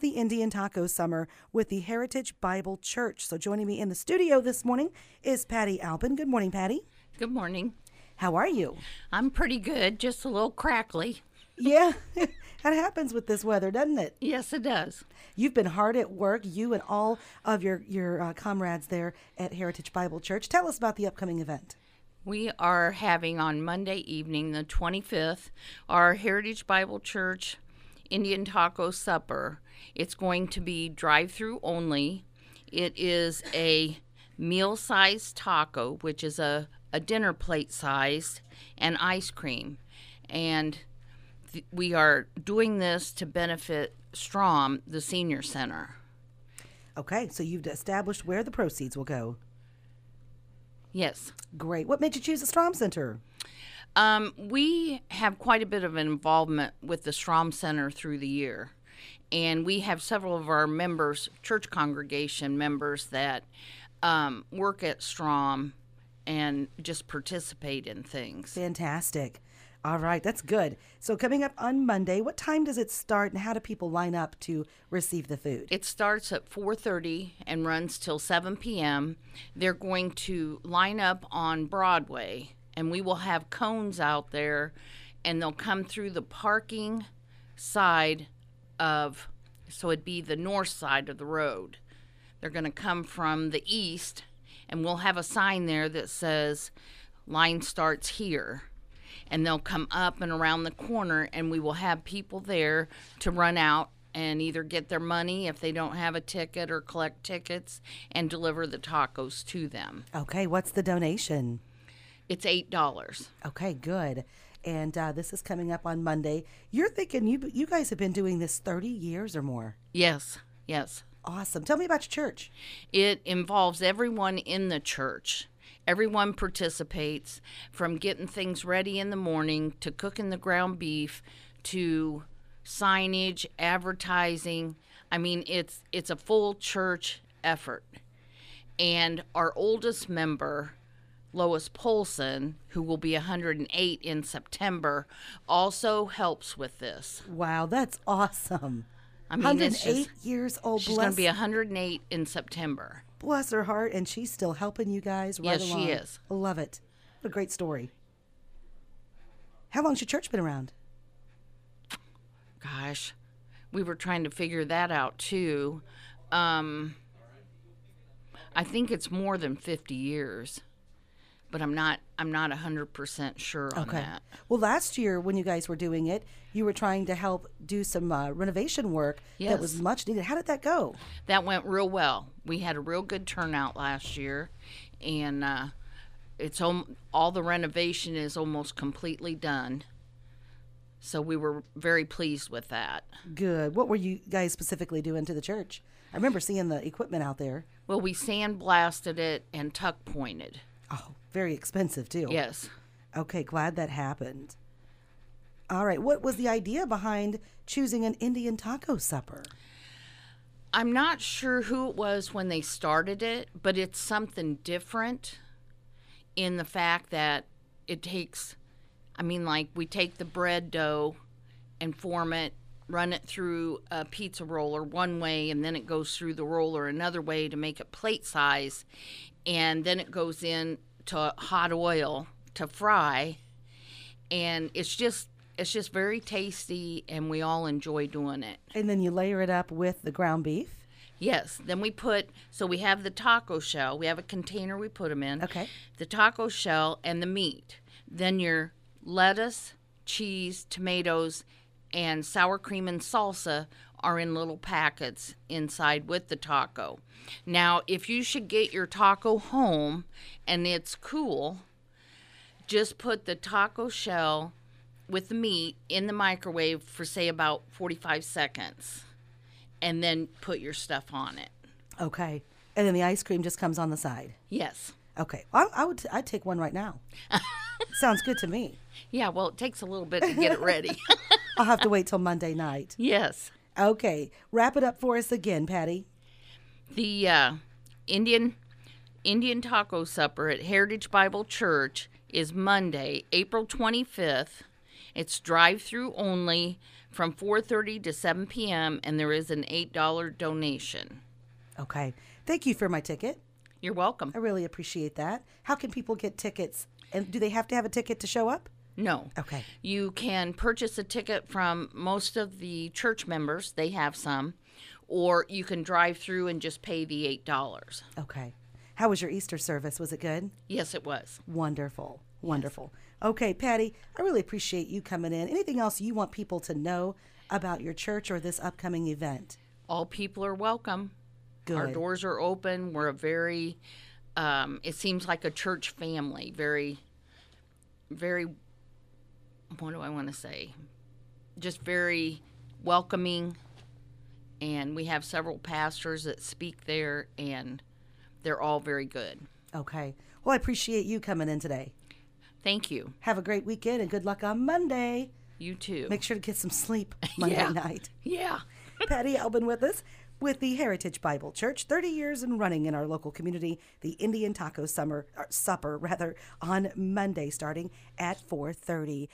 the Indian Taco Summer with the Heritage Bible Church. So joining me in the studio this morning is Patty Albin. Good morning, Patty. Good morning. How are you? I'm pretty good, just a little crackly. Yeah, that happens with this weather, doesn't it? Yes, it does. You've been hard at work, you and all of your your uh, comrades there at Heritage Bible Church. Tell us about the upcoming event. We are having on Monday evening, the 25th, our Heritage Bible Church Indian Taco Supper. It's going to be drive through only. It is a meal sized taco, which is a, a dinner plate size, and ice cream. And th- we are doing this to benefit Strom, the senior center. Okay, so you've established where the proceeds will go. Yes. Great. What made you choose the Strom Center? Um, we have quite a bit of involvement with the Strom Center through the year. And we have several of our members, church congregation members, that um, work at Strom and just participate in things. Fantastic. All right, that's good. So coming up on Monday, what time does it start and how do people line up to receive the food? It starts at 4:30 and runs till 7 p.m. They're going to line up on Broadway and we will have cones out there and they'll come through the parking side of so it'd be the north side of the road. They're going to come from the east and we'll have a sign there that says line starts here and they'll come up and around the corner and we will have people there to run out and either get their money if they don't have a ticket or collect tickets and deliver the tacos to them. Okay, what's the donation? It's $8. Okay, good. And uh, this is coming up on Monday. You're thinking you you guys have been doing this 30 years or more. Yes. Yes. Awesome. Tell me about your church. It involves everyone in the church. Everyone participates from getting things ready in the morning to cooking the ground beef to signage, advertising. I mean, it's it's a full church effort. And our oldest member, Lois Polson, who will be 108 in September, also helps with this. Wow, that's awesome. I mean, it's 108 just, years old. she's going bless, to be 108 in September. bless her heart, and she's still helping you guys right Yes, she along. is. Love it. What a great story. How long's your church been around? Gosh, we were trying to figure that out too. Um, I think it's more than 50 years, but I'm not I'm not 100% sure on that. Well, last year when you guys were doing it, you were trying to help do some uh, renovation work that was Yes. much needed. How did that go? that went real well. We had a real good turnout last year, and uh, it's om- all the renovation is almost completely done. So we were very pleased with that. Good. What were you guys specifically doing to the church? I remember seeing the equipment out there. Well, we sandblasted it and tuck pointed. Oh, very expensive too. Yes. Okay, glad that happened. All right, what was the idea behind choosing an Indian taco supper? I'm not sure who it was when they started it, but it's something different in the fact that it takes, I mean, like we take the bread dough and form it, run it through a pizza roller one way, and then it goes through the roller another way to make it plate size, and then it goes in to hot oil to fry, and it's just it's just very tasty, and we all enjoy doing it. And then you layer it up with the ground beef. Yes. Then we put so we have the taco shell. We have a container we put them in. Okay. The taco shell and the meat. Then your lettuce, cheese, tomatoes, and sour cream and salsa are in little packets inside with the taco. Now, if you should get your taco home and it's cool, just put the taco shell with the meat in the microwave for say about 45 seconds and then put your stuff on it. Okay. And then the ice cream just comes on the side. Yes. Okay. I, I would I'd take one right now. Sounds good to me. Yeah, well, it takes a little bit to get it ready. I'll have to wait till Monday night. yes. Okay. Wrap it up for us again, Patty. The uh, Indian Indian taco supper at Heritage Bible Church is Monday, April 25th, It's drive-through only from 4:30 to 7 p.m. and there is an $8 donation. Okay. Thank you for my ticket. You're welcome. I really appreciate that. How can people get tickets? And do they have to have a ticket to show up? No. Okay. You can purchase a ticket from most of the church members, they have some, or you can drive through and just pay the $8. Okay. How was your Easter service? Was it good? Yes, it was. Wonderful. Wonderful. Okay, Patty, I really appreciate you coming in. Anything else you want people to know about your church or this upcoming event? All people are welcome. Our Good. doors are open. We're a very, um, it seems like a church family. Very, very, what do I want to say? Just very welcoming. And we have several pastors that speak there, and they're all very good. Okay. Well, I appreciate you coming in today. Thank you. Have a great weekend and good luck on Monday. You too. Make sure to get some sleep Monday Yeah. night. yeah. Patty Albin with us with the Heritage Bible Church, 30 years and running in our local community, the Indian Taco Summer or Supper rather on Monday starting at 4:30.